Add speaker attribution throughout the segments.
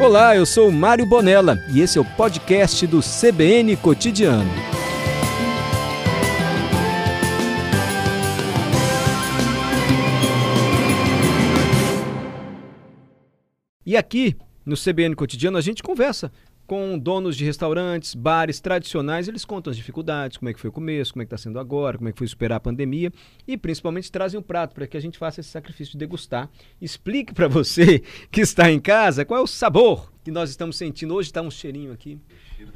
Speaker 1: Olá, eu sou Mário Bonella e esse é o podcast do CBN Cotidiano. E aqui no CBN Cotidiano a gente conversa com donos de restaurantes, bares tradicionais, eles contam as dificuldades, como é que foi o começo, como é que está sendo agora, como é que foi superar a pandemia e principalmente trazem o prato para que a gente faça esse sacrifício de degustar. Explique para você que está em casa qual é o sabor que nós estamos sentindo. Hoje está um cheirinho aqui.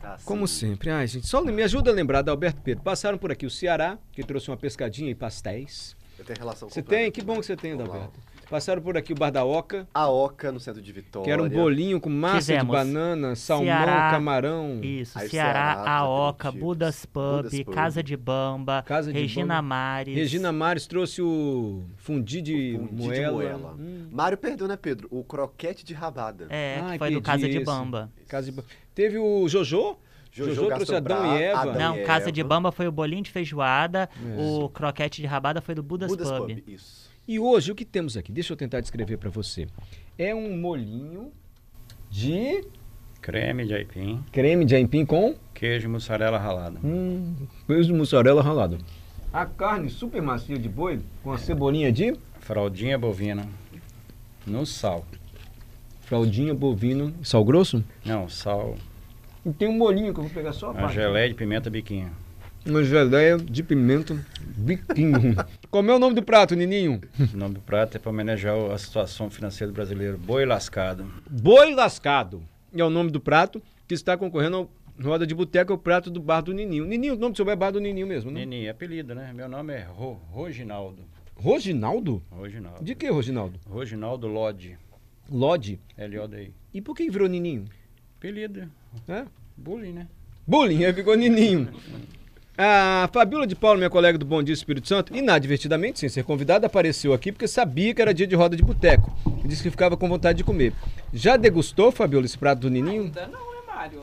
Speaker 2: tá assim.
Speaker 1: Como assim? sempre. Ai, gente, só me ajuda a lembrar da Alberto Pedro. Passaram por aqui o Ceará, que trouxe uma pescadinha e pastéis.
Speaker 2: Eu tenho relação
Speaker 1: Você
Speaker 2: completa.
Speaker 1: tem? Que bom que você tem,
Speaker 2: Vamos lá.
Speaker 1: Adalberto. Passaram por aqui o Bar da Oca,
Speaker 2: A Oca no centro de Vitória.
Speaker 1: que era um bolinho com massa de
Speaker 3: Fizemos.
Speaker 1: banana, salmão,
Speaker 3: Ceará.
Speaker 1: camarão.
Speaker 3: Isso,
Speaker 2: Aí o
Speaker 3: Ceará,
Speaker 2: Ceará,
Speaker 3: Aoca,
Speaker 2: Atlético,
Speaker 3: Budas Pub,
Speaker 2: Budas Pub,
Speaker 3: Casa de Bamba,
Speaker 1: Casa de
Speaker 3: Regina
Speaker 1: Bamba.
Speaker 3: Mares.
Speaker 1: Regina Mares trouxe o fundi de
Speaker 2: O fundi de
Speaker 1: moela.
Speaker 2: moela.
Speaker 1: Hum.
Speaker 2: Mário perdeu, né, Pedro? O croquete de rabada.
Speaker 3: É,
Speaker 1: Ai,
Speaker 3: que foi do
Speaker 1: perdi
Speaker 3: Casa de
Speaker 1: esse.
Speaker 3: Bamba.
Speaker 1: Casa de ba- Teve o Jojo? Jojo trouxe
Speaker 2: Gastão
Speaker 1: Adão
Speaker 2: Bra-
Speaker 1: e Eva.
Speaker 2: Adão
Speaker 3: Não,
Speaker 2: e
Speaker 3: Casa de
Speaker 2: Eva.
Speaker 3: Bamba foi o bolinho de feijoada,
Speaker 1: Tá É.
Speaker 3: o croquete de rabada foi do Budas,
Speaker 2: Budas
Speaker 3: Pub.
Speaker 2: Pub. Isso.
Speaker 1: E hoje o que temos aqui? Deixa eu tentar descrever para você. É um molinho de
Speaker 4: Creme de aipim,
Speaker 1: creme de aipim com
Speaker 4: queijo e mussarela ralada.
Speaker 1: hum, queijo de mussarela ralado. A carne super macia de boi com a cebolinha de
Speaker 4: Fraldinha bovina. No sal.
Speaker 1: fraldinha bovino, sal grosso.
Speaker 4: Não, sal.
Speaker 1: E tem um molinho que eu vou pegar só a
Speaker 4: A
Speaker 1: parte.
Speaker 4: geleia de pimenta biquinha.
Speaker 1: Uma geleia de pimenta biquinho. Como é o nome do prato, Nininho?
Speaker 4: O nome do prato é para homenagear a situação financeira do brasileiro. Boi lascado.
Speaker 1: Boi Lascado é o nome do prato que está concorrendo ao Roda de Boteca, o prato do Bar do Nininho. Nininho, o nome do seu bar é Bar do Nininho mesmo, né?
Speaker 4: Nini, apelido, né? Meu nome é Ro, Roginaldo.
Speaker 1: Roginaldo?
Speaker 4: Roginaldo.
Speaker 1: De que, Roginaldo?
Speaker 4: Roginaldo Lodge.
Speaker 1: Lodge.
Speaker 4: L-O-D-I.
Speaker 1: E por que virou Nininho?
Speaker 4: Apelido.
Speaker 1: É?
Speaker 4: Bullying, né?
Speaker 1: Bullying, aí ficou Nininho. A Fabiola de Paulo, minha colega do Bom Dia Espírito Santo, inadvertidamente, sem ser convidada, apareceu aqui porque sabia que era dia de roda de boteco. E disse que ficava com vontade de comer. Já degustou, Fabiola, esse prato do Nininho?
Speaker 5: Ainda não, né, Mário?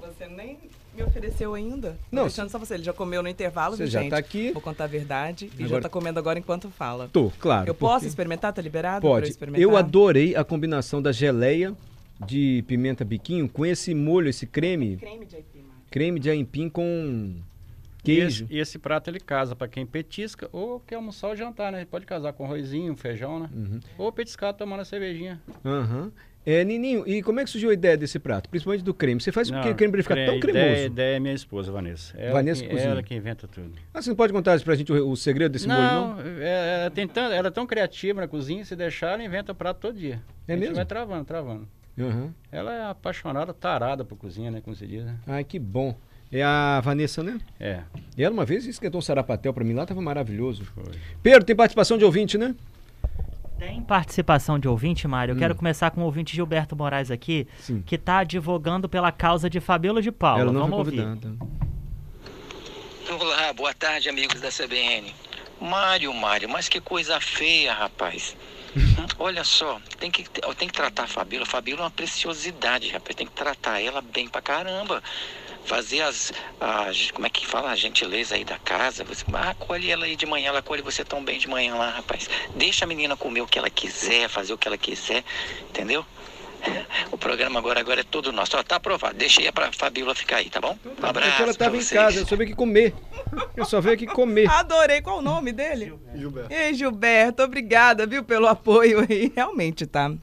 Speaker 5: Você nem me ofereceu ainda. Tô
Speaker 1: Não,
Speaker 5: Deixando só você, ele já comeu no intervalo,
Speaker 1: Você
Speaker 5: viu,
Speaker 1: já
Speaker 5: gente?
Speaker 1: tá aqui.
Speaker 5: Vou contar a verdade e já
Speaker 1: Agora-
Speaker 5: tá comendo agora enquanto fala.
Speaker 1: Tô, claro.
Speaker 5: Eu
Speaker 1: porque-
Speaker 5: posso experimentar? Tá liberado pra eu
Speaker 1: Pode.
Speaker 5: experimentar?
Speaker 1: Eu adorei a combinação da geleia de pimenta biquinho com esse molho, esse creme,
Speaker 5: Creme de aipim, Mário.
Speaker 1: creme de aipim com queijo.
Speaker 4: E esse, e esse prato ele casa para quem petisca ou quer almoçar ou jantar, né? Pode casar com arrozinho, feijão, né?
Speaker 1: Uhum.
Speaker 4: Ou petiscar tomando a cervejinha.
Speaker 1: Aham. É, Nininho, e como é que surgiu a ideia desse prato? Principalmente do creme. Você faz porque o creme pra ele ficar
Speaker 4: cre-
Speaker 1: tão
Speaker 4: ideia,
Speaker 1: cremoso.
Speaker 4: ideia é minha esposa, Vanessa. Ela
Speaker 1: Vanessa
Speaker 4: que,
Speaker 1: cozinha.
Speaker 4: Ela que inventa tudo.
Speaker 1: Ah, você não pode contar pra gente o, o segredo desse molho, não?
Speaker 4: não, é- ela, tem tan- ela é tão criativa na cozinha, se deixar, ela inventa prato todo dia.
Speaker 1: É
Speaker 4: a gente
Speaker 1: mesmo?
Speaker 4: vai travando, travando.
Speaker 1: Aham.
Speaker 4: Ela é apaixonada, tarada por cozinha, né? Como se diz, né?
Speaker 1: Ai, que bom. É a Vanessa, né?
Speaker 4: É,
Speaker 1: E ela uma vez esquentou um sarapatel pra mim lá, tava maravilhoso.
Speaker 4: foi.
Speaker 1: Pedro, tem participação de ouvinte, né?
Speaker 3: Tem participação de ouvinte, Mário? Eu
Speaker 1: Hum.
Speaker 3: quero começar com o ouvinte Gilberto Moraes aqui,
Speaker 1: Sim.
Speaker 3: que tá advogando pela causa de Fabíola de Paula.
Speaker 1: ela não
Speaker 3: Vamos
Speaker 1: foi
Speaker 3: ouvir.
Speaker 1: convidada.
Speaker 6: Um Olá, boa tarde, amigos da CBN. Mário, Mário, mas que coisa feia, rapaz. Hum, Olha só, tem que, tem que tratar a Fabíola. Fabíola é uma preciosidade, rapaz. Tem que tratar ela bem pra caramba. Fazer as, as- Como é que fala? A gentileza aí da casa. Você ah, acolhe ela aí de manhã, ela acolhe você tão bem de manhã lá, rapaz. Deixa a menina comer o que ela quiser, fazer o que ela quiser, entendeu? O programa agora, agora é todo nosso. Ó, tá aprovado. Deixa aí pra Fabíola ficar aí, tá bom? Um abraço.
Speaker 1: Então Porque ela
Speaker 6: pra
Speaker 1: tava em
Speaker 6: vocês.
Speaker 1: casa, eu só veio aqui comer. Eu só veio aqui comer.
Speaker 5: Adorei. Qual o nome dele?
Speaker 2: Gilberto.
Speaker 5: Ei, Gilberto, obrigada, viu, pelo apoio aí. Realmente, tá?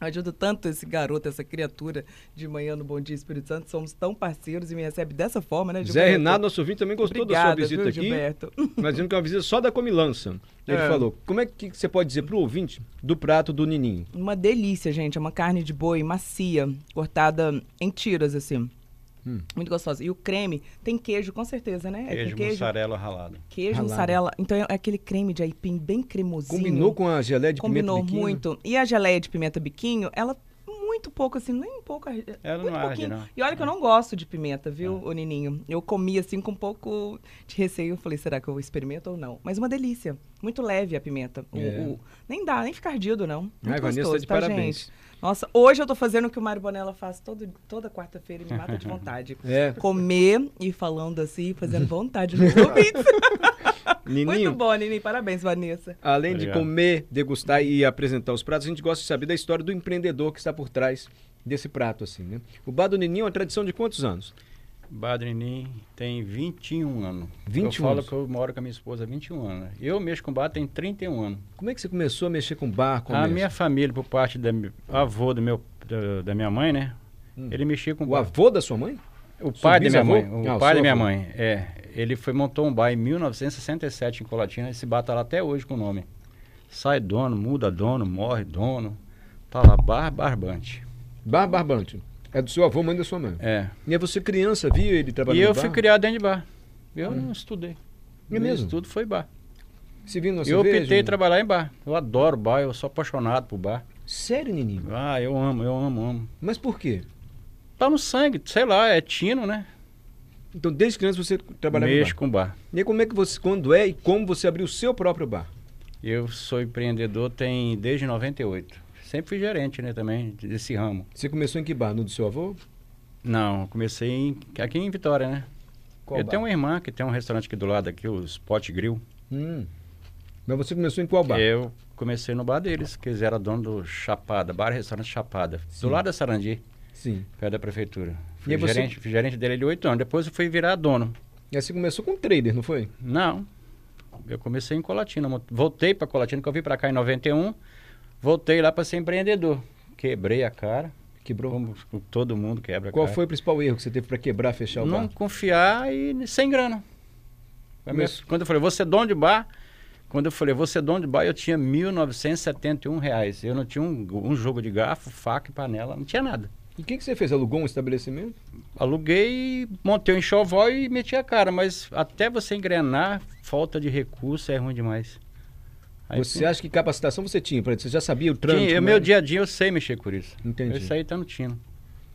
Speaker 5: Ajudo tanto esse garoto, essa criatura de manhã no Bom Dia Espírito Santo. Somos tão parceiros e me recebe dessa forma, né, Gilberto?
Speaker 1: Zé Renato, nosso ouvinte, também gostou da sua
Speaker 5: Obrigada,
Speaker 1: visita
Speaker 5: viu,
Speaker 1: aqui.
Speaker 5: Gilberto.
Speaker 1: Mas dizendo que é uma visita só da comilança. Ele
Speaker 5: É.
Speaker 1: falou: como é que você pode dizer pro ouvinte do prato do Nininho?
Speaker 5: Uma delícia, gente. É uma carne de boi macia, cortada em tiras, assim.
Speaker 1: Hum.
Speaker 5: Muito gostosa. E o creme tem queijo, com certeza, né? é
Speaker 4: Queijo,
Speaker 5: com queijo,
Speaker 4: mussarela ralada.
Speaker 5: queijo,
Speaker 1: Ralado.
Speaker 5: mussarela. Então é aquele creme de aipim bem cremosinho.
Speaker 1: Combinou com a geleia de
Speaker 5: Combinou
Speaker 1: pimenta biquinho?
Speaker 5: muito. E a geleia de pimenta biquinho, ela muito pouco, assim, nem um pouco.
Speaker 4: Ela
Speaker 5: muito
Speaker 4: não arde,
Speaker 5: pouquinho.
Speaker 4: não.
Speaker 5: E olha que eu não gosto de pimenta, viu,
Speaker 1: É.
Speaker 5: ô Nininho? Eu comi, assim, com um pouco de receio. Eu falei, será que eu experimento ou não? Mas uma delícia. Muito leve a pimenta. O-
Speaker 1: É.
Speaker 5: o- nem dá, nem fica ardido, não. Muito
Speaker 1: Ai, Vanessa,
Speaker 5: gostoso,
Speaker 1: tá de
Speaker 5: tá,
Speaker 1: parabéns.
Speaker 5: gente? Nossa, hoje eu tô fazendo o que o Mário Bonella faz todo, toda quarta-feira e me mata de vontade.
Speaker 1: É,
Speaker 5: Comer e falando assim, fazendo vontade nos ouvintes. Muito
Speaker 1: Nininho.
Speaker 5: bom, Nininho. Parabéns, Vanessa.
Speaker 1: Além de
Speaker 4: Obrigado.
Speaker 1: comer, degustar e apresentar os pratos, a gente gosta de saber da história do empreendedor que está por trás desse prato, assim, né? O bar do Nininho é uma tradição de quantos anos?
Speaker 4: Badrinim tem 21 anos.
Speaker 1: 21
Speaker 4: Eu falo
Speaker 1: anos.
Speaker 4: que eu moro com a minha esposa há 21 anos. né? Eu mexo com bar tem 31 anos.
Speaker 1: Como é que você começou a mexer com bar, com
Speaker 4: a
Speaker 1: mesmo?
Speaker 4: minha família, por parte da mi- avô do meu, da, da minha mãe, né?
Speaker 1: Hum.
Speaker 4: Ele mexia com
Speaker 1: O
Speaker 4: bar.
Speaker 1: avô da sua mãe?
Speaker 4: O
Speaker 1: Seu
Speaker 4: pai da minha
Speaker 1: bisavô?
Speaker 4: mãe.
Speaker 1: Ah,
Speaker 4: O
Speaker 1: o
Speaker 4: pai
Speaker 1: seu
Speaker 4: da minha
Speaker 1: avô.
Speaker 4: mãe. É. Ele foi, montou um bar em 1967 em Colatina. Esse bar tá lá até hoje com o nome. Sai dono, muda dono, morre dono. Tá lá, bar barbante.
Speaker 1: Bar Barbante. É do seu avô, mãe da sua mãe.
Speaker 4: É.
Speaker 1: E aí você criança, viu ele trabalhando
Speaker 4: E eu
Speaker 1: no bar? Hum.
Speaker 4: fui criado dentro de bar. Eu não estudei.
Speaker 1: É mesmo?
Speaker 4: Tudo foi bar.
Speaker 1: Se vindo na
Speaker 4: eu
Speaker 1: cerveja,
Speaker 4: optei
Speaker 1: né?
Speaker 4: trabalhar em bar. Eu adoro bar, eu sou apaixonado por bar.
Speaker 1: Sério, Nininho?
Speaker 4: Ah, eu amo, eu amo, amo.
Speaker 1: Mas por quê?
Speaker 4: Tá no sangue, sei lá, é tino, né?
Speaker 1: Então, desde criança você trabalhava em
Speaker 4: Mexo com bar.
Speaker 1: bar. E aí, como é que você, quando é e como você abriu o seu próprio bar?
Speaker 4: Eu sou empreendedor tem desde 98. Sempre fui gerente, né, também, desse ramo.
Speaker 1: Você começou em que bar? No do seu avô?
Speaker 4: Não, comecei em- aqui em Vitória, né?
Speaker 1: Qual
Speaker 4: eu
Speaker 1: bar?
Speaker 4: tenho uma irmã que tem um restaurante aqui do lado, aqui, o Spot Grill.
Speaker 1: Hum. Mas você começou em qual Um bar?
Speaker 4: Eu comecei no bar deles, que eles eram dono do Chapada, bar e restaurante Chapada.
Speaker 1: Sim.
Speaker 4: Do lado da Sarandi,
Speaker 1: Sim.
Speaker 4: perto da prefeitura.
Speaker 1: E aí
Speaker 4: Fui
Speaker 1: você-
Speaker 4: gerente, fui gerente dele de oito anos. Depois eu fui virar dono.
Speaker 1: E aí você começou com trader, não foi?
Speaker 4: Não. Eu comecei em Colatina. mo- Voltei para Colatina, que eu vim para cá em 91. Voltei lá para ser empreendedor. Quebrei a cara.
Speaker 1: Quebrou.
Speaker 4: Como todo mundo quebra a
Speaker 1: Qual
Speaker 4: cara.
Speaker 1: foi o principal erro que você teve pra quebrar, fechar o
Speaker 4: é. Não
Speaker 1: bar?
Speaker 4: confiar e n- sem grana. Pra mim,
Speaker 1: Mas-
Speaker 4: Quando eu falei, você é dono de bar. Quando eu falei, você é dono de bar, eu tinha R$ 1.971 reais. Eu não tinha um, um jogo de garfo, faca e panela, não tinha nada.
Speaker 1: E o que, que você fez? Alugou um estabelecimento?
Speaker 4: Aluguei, montei um enxoval e meti a cara. Mas até você engrenar, falta de recurso é ruim demais. Aí
Speaker 1: você acha que capacitação você tinha? pra- Você já sabia o trânsito?
Speaker 4: Sim, eu,
Speaker 1: como
Speaker 4: meu
Speaker 1: era?
Speaker 4: dia a dia eu sei mexer com isso.
Speaker 1: Entendi.
Speaker 4: Isso aí tá no tino.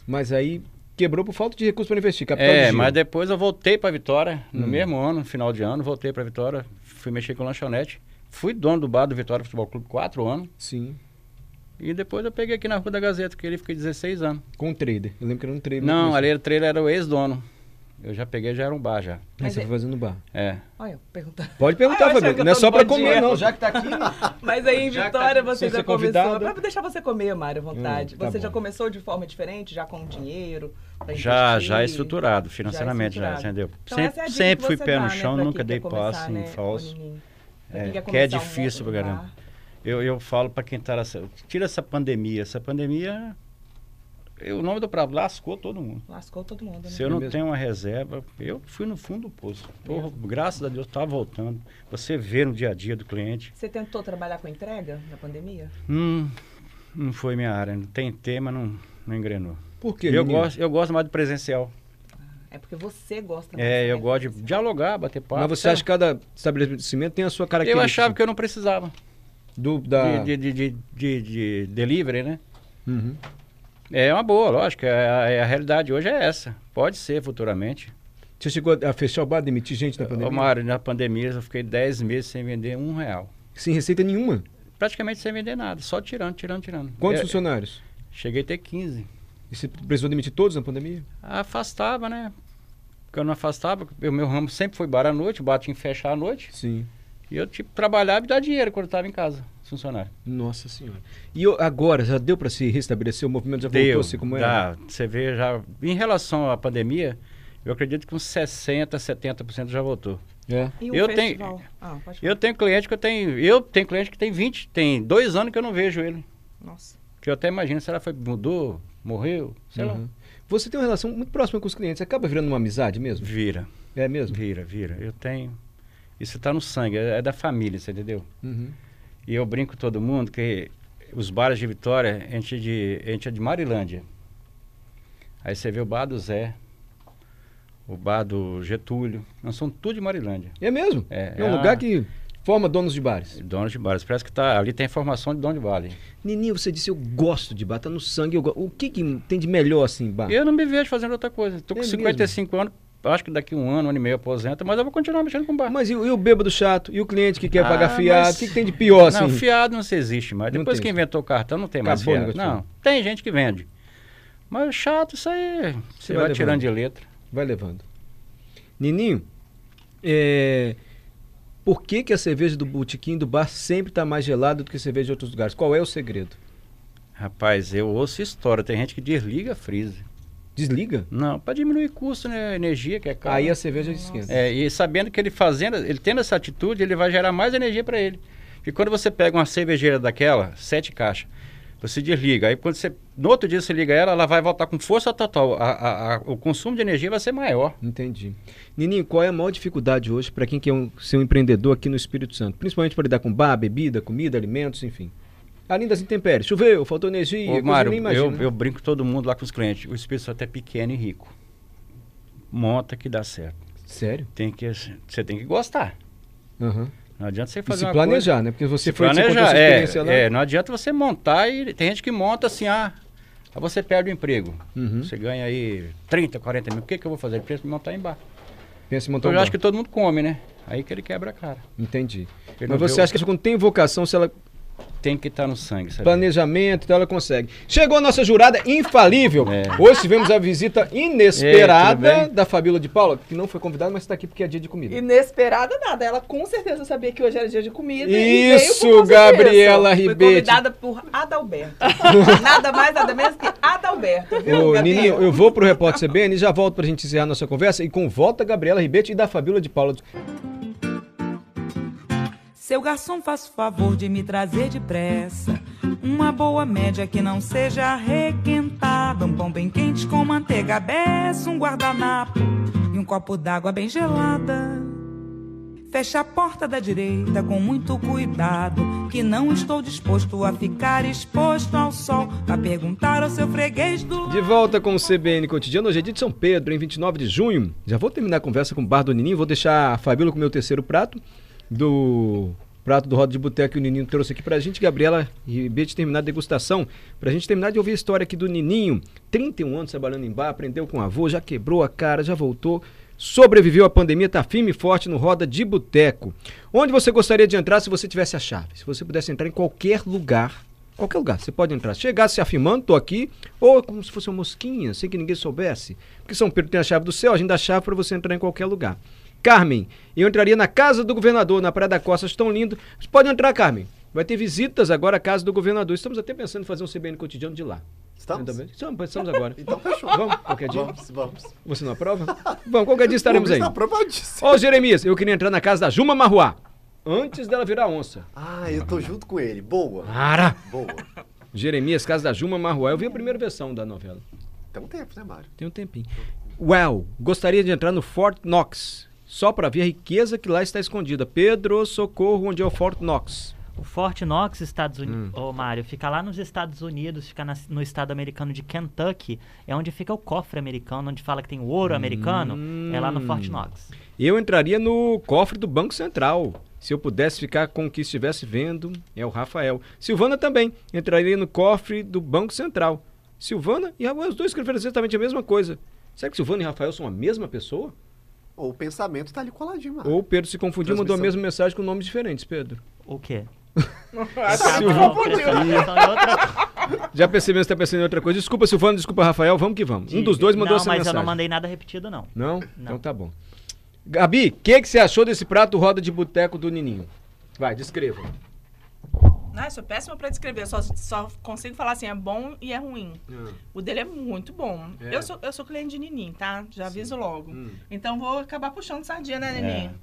Speaker 1: Mas aí quebrou por falta de recurso pra investir. Capital de
Speaker 4: É,
Speaker 1: giro.
Speaker 4: mas depois eu voltei pra Vitória, no mesmo ano, final de ano, voltei pra Vitória, fui mexer com lanchonete. Fui dono do bar do Vitória Futebol Clube quatro anos.
Speaker 1: Sim.
Speaker 4: E depois eu peguei aqui na Rua da Gazeta, que ele fiquei 16 anos.
Speaker 1: Com o trader. Eu lembro que era um trader.
Speaker 4: Não,
Speaker 1: Mas-
Speaker 4: ali era trailer, era o ex-dono. Eu já peguei, já era um bar já.
Speaker 1: Aí você foi fazendo bar.
Speaker 4: É.
Speaker 5: Olha, perguntar.
Speaker 1: Pode
Speaker 5: Ah,
Speaker 1: perguntar,
Speaker 5: eu achava que
Speaker 1: Fabiano.
Speaker 5: eu
Speaker 1: Não é
Speaker 5: tô
Speaker 1: só
Speaker 5: no
Speaker 1: pra
Speaker 5: bom
Speaker 1: comer,
Speaker 5: dia.
Speaker 1: não. Já que tá aqui.
Speaker 5: Mas aí em
Speaker 1: Já que tá
Speaker 5: Vitória
Speaker 1: aqui,
Speaker 5: você
Speaker 1: sem
Speaker 5: já
Speaker 1: ser
Speaker 5: começou.
Speaker 1: convidada.
Speaker 5: Pra deixar você comer, Mário, à vontade.
Speaker 1: Hum, tá
Speaker 5: você
Speaker 1: bom.
Speaker 5: já começou de forma diferente, já com dinheiro? pra
Speaker 4: Já,
Speaker 5: investir?
Speaker 4: já estruturado, financeiramente já,
Speaker 5: estruturado.
Speaker 4: entendeu?
Speaker 5: Então, essa
Speaker 4: sempre
Speaker 5: é a dica
Speaker 4: sempre
Speaker 5: que
Speaker 4: fui
Speaker 5: você
Speaker 4: pé no
Speaker 5: dá, né,
Speaker 4: chão,
Speaker 5: pra
Speaker 4: nunca
Speaker 5: quem
Speaker 4: dê
Speaker 5: quer começar,
Speaker 4: passo
Speaker 5: né,
Speaker 4: em falso.
Speaker 5: Boninho? Pra quem
Speaker 4: É,
Speaker 5: quer
Speaker 4: que é
Speaker 5: começar um
Speaker 4: difícil,
Speaker 5: bar.
Speaker 4: pra caramba. Eu, eu falo pra quem tá nessa. Tira essa pandemia. Essa pandemia. eu- O nome do prato lascou todo mundo.
Speaker 5: Lascou todo mundo, né?
Speaker 4: Se eu
Speaker 1: É
Speaker 4: não
Speaker 1: mesmo?
Speaker 4: tenho uma reserva, eu fui no fundo do poço. Porra, graças a Deus tá voltando. Você vê no dia a dia do cliente.
Speaker 5: Você tentou trabalhar com entrega na pandemia?
Speaker 4: Hum, não foi minha área. Não tem tema, não, não engrenou.
Speaker 1: Por quê?
Speaker 4: Eu
Speaker 1: menino?
Speaker 4: gosto, eu gosto mais do presencial.
Speaker 5: É porque você gosta
Speaker 4: É,
Speaker 5: mais,
Speaker 4: eu
Speaker 5: né?
Speaker 4: gosto de dialogar, bater papo.
Speaker 1: Mas você
Speaker 4: sabe?
Speaker 1: acha que cada estabelecimento tem a sua característica?
Speaker 4: Eu achava que eu não precisava
Speaker 1: Do, da...
Speaker 4: de, de, de, de, de delivery, né?
Speaker 1: Uhum.
Speaker 4: É uma boa, lógico. é A, é a realidade hoje é essa. Pode ser futuramente.
Speaker 1: Você chegou a fechar o bar, demitir gente na pandemia?
Speaker 4: Ô, Mário, na pandemia eu fiquei 10 meses sem vender um real.
Speaker 1: Sem receita nenhuma.
Speaker 4: Praticamente sem vender nada, só tirando, tirando, tirando.
Speaker 1: Quantos
Speaker 4: É,
Speaker 1: funcionários?
Speaker 4: Cheguei a ter 15.
Speaker 1: E você precisou demitir todos na pandemia?
Speaker 4: Afastava, né? Porque eu não afastava, porque o meu ramo sempre foi bar à noite, bar tinha que fechar à noite.
Speaker 1: Sim.
Speaker 4: E eu, tipo, trabalhava e dava dinheiro quando eu tava em casa, funcionário.
Speaker 1: Nossa Senhora. E eu- agora, já deu para se restabelecer? O movimento já voltou a ser como era?
Speaker 4: dá, você vê já. Em relação à pandemia, eu acredito que uns 60%, 70% já voltou.
Speaker 1: É.
Speaker 5: E o
Speaker 4: Eu
Speaker 5: festival? Ah, pode falar.
Speaker 4: Eu tenho cliente que eu tenho. Eu tenho cliente que tem 20, tem dois anos que eu não vejo ele.
Speaker 5: Nossa.
Speaker 4: Que eu até imagino, será que foi, mudou, morreu? Sei lá.
Speaker 1: Uhum. Você tem uma relação muito próxima com os clientes. Acaba virando uma amizade mesmo?
Speaker 4: Vira,
Speaker 1: É mesmo?
Speaker 4: vira, vira. Eu tenho. Isso tá no sangue, é é da família, você entendeu?
Speaker 1: Uhum.
Speaker 4: E eu brinco com todo mundo que os bares de Vitória, a gente, é de, a gente é de Marilândia. Aí você vê o bar do Zé, o bar do Getúlio. Nós somos tudo de Marilândia.
Speaker 1: É mesmo?
Speaker 4: É,
Speaker 1: um
Speaker 4: é
Speaker 1: lugar
Speaker 4: a-
Speaker 1: que forma donos de bares.
Speaker 4: Donos de bares. Parece que tá, ali tem informação de dono de bar. ali.
Speaker 1: Nininho, você disse eu gosto de bar, tá no sangue. eu go- O que, que tem de melhor assim em bar?
Speaker 4: Eu não me vejo fazendo outra coisa. Tô com
Speaker 1: É
Speaker 4: 55 anos, acho que daqui um ano, um ano e meio aposenta, mas eu vou continuar mexendo com bar.
Speaker 1: Mas e, o- e o bêbado chato? E o cliente que quer
Speaker 4: Ah,
Speaker 1: pagar fiado? é O
Speaker 4: mas-
Speaker 1: que, que tem de pior assim?
Speaker 4: Não, fiado não se existe mais.
Speaker 1: Não
Speaker 4: Depois
Speaker 1: tem.
Speaker 4: que inventou o cartão, não tem mais
Speaker 1: Acabou o
Speaker 4: fiado.
Speaker 1: negócio de
Speaker 4: Não, tem gente que vende. Mas é chato, isso aí você
Speaker 1: vai
Speaker 4: vai tirando
Speaker 1: levando.
Speaker 4: de letra.
Speaker 1: Vai levando. Nininho, é, por que, tá que a cerveja do botequim do bar sempre está mais gelada do que a cerveja de outros lugares? Qual é o segredo?
Speaker 4: Rapaz, eu ouço história. Tem gente que desliga a freezer.
Speaker 1: Desliga.
Speaker 4: Não, para diminuir custo, né? Energia que é cara.
Speaker 1: Aí a cerveja esquenta.
Speaker 4: É, e sabendo que ele fazendo, ele tendo essa atitude, ele vai gerar mais energia para ele. E quando você pega uma cervejeira daquela, sete caixas, você desliga. Aí quando você, no outro dia você liga ela, ela vai voltar com força total. A- a- a- o consumo de energia vai ser maior.
Speaker 1: Entendi. Nininho, qual é a maior dificuldade hoje para quem quer um- ser um empreendedor aqui no Espírito Santo? Principalmente para lidar com bar, bebida, comida, alimentos, enfim. Além das intempéries, choveu, faltou energia,
Speaker 4: Ô,
Speaker 1: coisa
Speaker 4: Mário,
Speaker 1: nem imagina,
Speaker 4: eu,
Speaker 1: né?
Speaker 4: eu brinco com todo mundo lá com os clientes. O Espírito Santo é pequeno e rico. Monta que dá certo.
Speaker 1: Sério?
Speaker 4: Tem que, você tem que gostar.
Speaker 1: Aham.
Speaker 4: Não adianta você
Speaker 1: E
Speaker 4: fazer
Speaker 1: se
Speaker 4: uma
Speaker 1: planejar,
Speaker 4: coisa-
Speaker 1: né? Porque você
Speaker 4: Se
Speaker 1: foi você contou
Speaker 4: planejar,
Speaker 1: sua
Speaker 4: é,
Speaker 1: experiência lá.
Speaker 4: é, não adianta você montar e tem gente que monta assim, ah, aí você perde o emprego.
Speaker 1: Uhum.
Speaker 4: Você ganha aí 30, 40 mil. O que, que eu vou fazer? Ele pensa em montar em bar.
Speaker 1: Pensa em montar
Speaker 4: Então,
Speaker 1: um
Speaker 4: eu
Speaker 1: bar.
Speaker 4: acho que todo mundo come, né? Aí que ele quebra a cara.
Speaker 1: Entendi.
Speaker 4: Ele
Speaker 1: Mas
Speaker 4: não
Speaker 1: você
Speaker 4: vê o-
Speaker 1: acha que quando tem vocação, se ela
Speaker 4: Tem que estar no sangue, sabe?
Speaker 1: planejamento, então ela consegue. Chegou a nossa jurada infalível.
Speaker 4: É.
Speaker 1: Hoje tivemos a visita inesperada
Speaker 4: E aí, tudo
Speaker 1: da Fabíola de Paula, que não foi convidada, mas está aqui porque é dia de comida.
Speaker 5: Inesperada nada. Ela com certeza sabia que hoje era dia de comida. e
Speaker 1: Isso,
Speaker 5: veio por causa
Speaker 1: Gabriela
Speaker 5: disso.
Speaker 1: Ribeiro.
Speaker 5: Foi convidada por Adalberto. nada mais, nada menos que Adalberto, viu,
Speaker 1: Ô,
Speaker 5: Gabi?
Speaker 1: Nininho, eu vou pro Repórter CBN e já volto pra gente encerrar nossa conversa e com volta Gabriela Ribeiro e da Fabíola de Paula.
Speaker 7: Seu garçom, faça o favor de me trazer depressa uma boa média que não seja requentada, um pão bem quente com manteiga à beça, um guardanapo e um copo d'água bem gelada. Feche a porta da direita com muito cuidado, que não estou disposto a ficar exposto ao sol, a perguntar ao seu freguês do
Speaker 1: De volta com o CBN Cotidiano, hoje é dia de São Pedro, em 29 de junho. Já vou terminar a conversa com o Bar do Nininho, vou deixar a Fabíola com o meu terceiro prato do prato do Roda de Boteco que o Nininho trouxe aqui pra gente, Gabriela Ribeiro, terminar a degustação, pra gente terminar de ouvir a história aqui do Nininho. 31 anos trabalhando em bar, aprendeu com o avô, já quebrou a cara, já voltou, sobreviveu à pandemia, tá firme e forte no Roda de Boteco. Onde você gostaria de entrar se você tivesse a chave? Se você pudesse entrar em qualquer lugar Qualquer lugar, você pode entrar. Chegar se afirmando, tô aqui, ou como se fosse uma mosquinha, sem que ninguém soubesse. Porque São Pedro tem a chave do céu, a gente dá a chave para você entrar em qualquer lugar. Carmen, eu entraria na casa do governador, na Praia da Costa, acho tão lindo. Você pode entrar, Carmen. Vai ter visitas agora à casa do governador. Estamos até pensando em fazer um CBN cotidiano de lá.
Speaker 2: Estamos?
Speaker 1: Ainda bem? Estamos, estamos agora.
Speaker 2: Então fechou.
Speaker 1: Vamos, qualquer dia.
Speaker 2: Vamos, vamos.
Speaker 1: Você não aprova? Vamos, qualquer dia estaremos aí.
Speaker 2: Está aprovadíssimo.
Speaker 1: Ô, Jeremias, eu queria entrar na casa da Juma Marruá. Antes dela virar onça.
Speaker 2: Ah, eu tô junto com ele. Boa.
Speaker 1: Para!
Speaker 2: Boa.
Speaker 1: Jeremias, casa da Juma Marruá. Eu vi a primeira versão da novela.
Speaker 2: Tem um tempo, né, Mário?
Speaker 1: Tem um tempinho. Well, gostaria de entrar no Fort Knox, só para ver a riqueza que lá está escondida. Pedro, socorro, onde é o Fort Knox?
Speaker 3: O Fort Knox, Estados
Speaker 1: Hum.
Speaker 3: Unidos. Ô, Mário, fica lá nos Estados Unidos, fica na- no estado americano de Kentucky. É onde fica o cofre americano, onde fala que tem o ouro americano. É lá no
Speaker 1: Hum.
Speaker 3: Fort Knox.
Speaker 1: Eu entraria no cofre do Banco Central. Se eu pudesse ficar com o que estivesse vendo, é o Rafael. Silvana também entraria no cofre do Banco Central. Silvana e Rafael, os dois escreveram exatamente a mesma coisa. Será que Silvana e Rafael são a mesma pessoa?
Speaker 2: Ou o pensamento tá ali coladinho,
Speaker 3: Ah,
Speaker 2: Mário.
Speaker 1: Ou o Pedro se confundiu e mandou a
Speaker 2: Transmissão.
Speaker 1: mesma mensagem com nomes diferentes, Pedro?
Speaker 3: O quê? é
Speaker 1: Silvana.
Speaker 3: não, presta atenção em é outra
Speaker 1: Já percebeu que você está pensando em outra coisa. Desculpa, Silvana, desculpa, Rafael. Vamos que vamos. Um dos dois mandou
Speaker 3: não,
Speaker 1: essa
Speaker 3: mas
Speaker 1: mensagem.
Speaker 3: eu não mandei nada repetido, não.
Speaker 1: Não? Então
Speaker 3: Não.
Speaker 1: tá bom. Gabi, o que, que você achou desse prato roda de boteco do Nininho? Vai, descreva.
Speaker 8: Ah, eu sou péssima pra descrever, só, só consigo falar assim, é bom e é ruim.
Speaker 1: Ah,
Speaker 8: O dele é muito bom.
Speaker 1: É.
Speaker 8: Eu, sou, eu sou cliente de Ninim, tá? Já aviso logo.
Speaker 1: hum.
Speaker 8: Então vou acabar puxando sardinha, né,
Speaker 1: É.
Speaker 8: Ninim?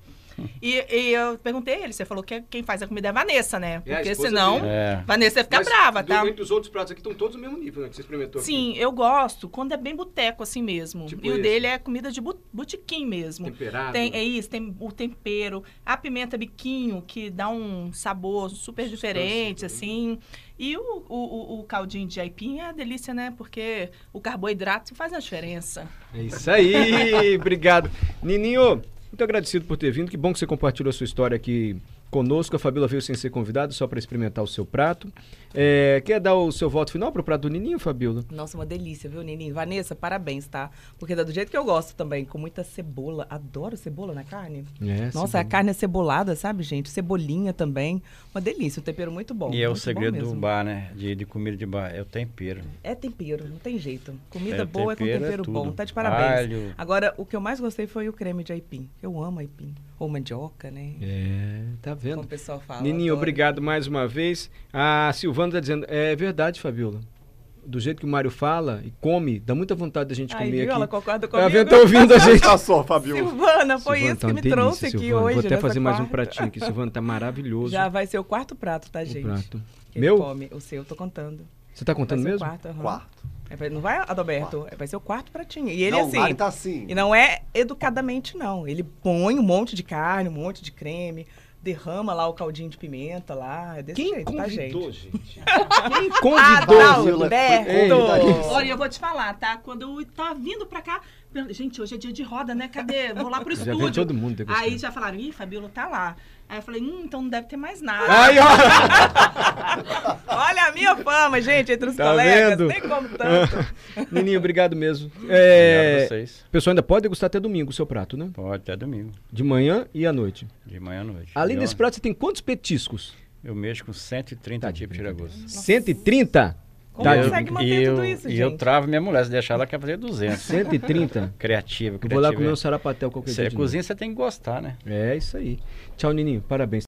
Speaker 8: E, e eu perguntei a ele, você falou que quem faz a comida é a Vanessa, né?
Speaker 1: É, a
Speaker 8: Porque
Speaker 1: esposa
Speaker 8: senão,
Speaker 1: dele.
Speaker 4: É.
Speaker 8: Vanessa ia ficar brava, tá?
Speaker 1: os outros pratos aqui estão todos no mesmo nível, né? Que você experimentou
Speaker 8: Sim, eu gosto quando é bem boteco assim mesmo.
Speaker 1: Tipo
Speaker 8: e o
Speaker 1: esse.
Speaker 8: dele é comida de bu- botequim mesmo.
Speaker 1: Temperado.
Speaker 8: Tem, é isso, tem o tempero, a pimenta biquinho, que dá um sabor super diferente, assim. E o, o, o- o caldinho de aipim é a delícia, né? Porque o carboidrato faz a diferença.
Speaker 1: É isso aí, obrigado. Nininho, muito agradecido por ter vindo. Que bom que você compartilhou a sua história aqui conosco. A Fabíola veio sem ser convidada, só para experimentar o seu prato. É, quer dar o seu voto final pro prato do Nininho, Fabíola?
Speaker 5: Nossa, uma delícia, viu, Nininho? Vanessa, parabéns, tá? Porque dá do jeito que eu gosto também, com muita cebola. Adoro cebola na carne.
Speaker 1: É,
Speaker 5: Nossa, a carne é cebolada, sabe, gente? Cebolinha também. Uma delícia, um tempero muito bom.
Speaker 4: E é o
Speaker 5: muito bom
Speaker 4: segredo do
Speaker 5: mesmo.
Speaker 4: bar, né? De, de comida de bar. É o tempero.
Speaker 5: É tempero, não tem jeito. Comida
Speaker 4: É,
Speaker 5: boa é com
Speaker 4: tempero é
Speaker 5: tempero
Speaker 4: tudo.
Speaker 5: bom. Tá de parabéns.
Speaker 4: Alho.
Speaker 5: Agora, o que eu mais gostei foi o creme de aipim. Eu amo aipim. Ou mandioca, né?
Speaker 1: É, tá vendo?
Speaker 5: Como o pessoal fala.
Speaker 1: Nininho,
Speaker 5: adoro.
Speaker 1: obrigado mais uma vez. A Silvana Giovanna está dizendo, é verdade, Fabiola. Do jeito que o Mário fala e come, dá muita vontade da gente
Speaker 7: Aí,
Speaker 1: comer
Speaker 7: viu? Ela
Speaker 1: aqui.
Speaker 7: concorda
Speaker 1: a
Speaker 7: comigo?
Speaker 1: Vena tá ouvindo a gente.
Speaker 2: Tá só, Fabiola.
Speaker 7: Silvana, foi
Speaker 1: Silvana,
Speaker 7: isso
Speaker 1: tá uma
Speaker 7: que me
Speaker 1: delícia,
Speaker 7: trouxe aqui
Speaker 1: Silvana.
Speaker 7: hoje.
Speaker 1: Vou até
Speaker 7: nessa
Speaker 1: fazer mais um
Speaker 7: quarta.
Speaker 1: pratinho aqui, Silvana. Tá maravilhoso
Speaker 7: Já vai ser o quarto prato, tá,
Speaker 1: o
Speaker 7: gente?
Speaker 1: Um prato.
Speaker 7: Que ele
Speaker 1: Meu?
Speaker 7: come. O seu, eu tô contando.
Speaker 1: Você tá
Speaker 7: Vai
Speaker 1: contando
Speaker 7: ser o
Speaker 1: mesmo?
Speaker 7: quarto. aham.
Speaker 2: Quarto.
Speaker 7: É, vai- não vai, Adalberto? É, Vai ser o quarto pratinho. E ele,
Speaker 2: não,
Speaker 7: assim...
Speaker 2: o Mário tá assim.
Speaker 7: E não é educadamente, não. Ele põe um monte de carne, um monte de creme, derrama lá o caldinho de pimenta lá. É desse
Speaker 1: Quem
Speaker 7: jeito,
Speaker 1: convidou,
Speaker 7: tá, gente?
Speaker 1: gente?
Speaker 7: Quem
Speaker 1: um
Speaker 2: Adalberto!
Speaker 1: tá
Speaker 2: né? tá
Speaker 5: Olha, eu vou te falar, tá? Quando eu tava vindo pra cá, eu- gente, hoje é dia de roda, né? Cadê? Vou lá pro
Speaker 7: tá,
Speaker 1: Já vem
Speaker 5: estúdio.
Speaker 1: todo mundo depois.
Speaker 5: Aí já falaram, ih, Fabiola tá lá. Aí eu falei, hum, então não deve ter mais nada.
Speaker 1: Aí, ó!
Speaker 7: Olha a minha fama, gente, entre os
Speaker 1: Tá
Speaker 7: colegas.
Speaker 1: vendo?
Speaker 7: Nem como tanto.
Speaker 1: Neninho, obrigado mesmo.
Speaker 4: Obrigado a
Speaker 1: É...
Speaker 4: vocês.
Speaker 1: O pessoal ainda pode degustar até domingo o seu prato, né?
Speaker 4: Pode até domingo,
Speaker 1: De manhã e à noite.
Speaker 4: de manhã à noite.
Speaker 1: Além
Speaker 4: eu,
Speaker 1: desse prato, você tem quantos petiscos?
Speaker 4: Eu mexo com 130
Speaker 1: Tá,
Speaker 4: tipos de tiragosto.
Speaker 1: 130?
Speaker 7: Como
Speaker 1: Tá,
Speaker 7: consegue manter
Speaker 4: e eu,
Speaker 7: tudo isso,
Speaker 4: e
Speaker 7: gente?
Speaker 4: eu travo minha mulher, se deixar ela quer fazer 200.
Speaker 1: 130?
Speaker 4: Criativa, criativa.
Speaker 1: Eu vou lá comer um sarapatel qualquer
Speaker 4: Você
Speaker 1: dia. de novo.
Speaker 4: é cozinha, você tem que gostar, né?
Speaker 1: É isso aí. Tchau, Nininho. Parabéns.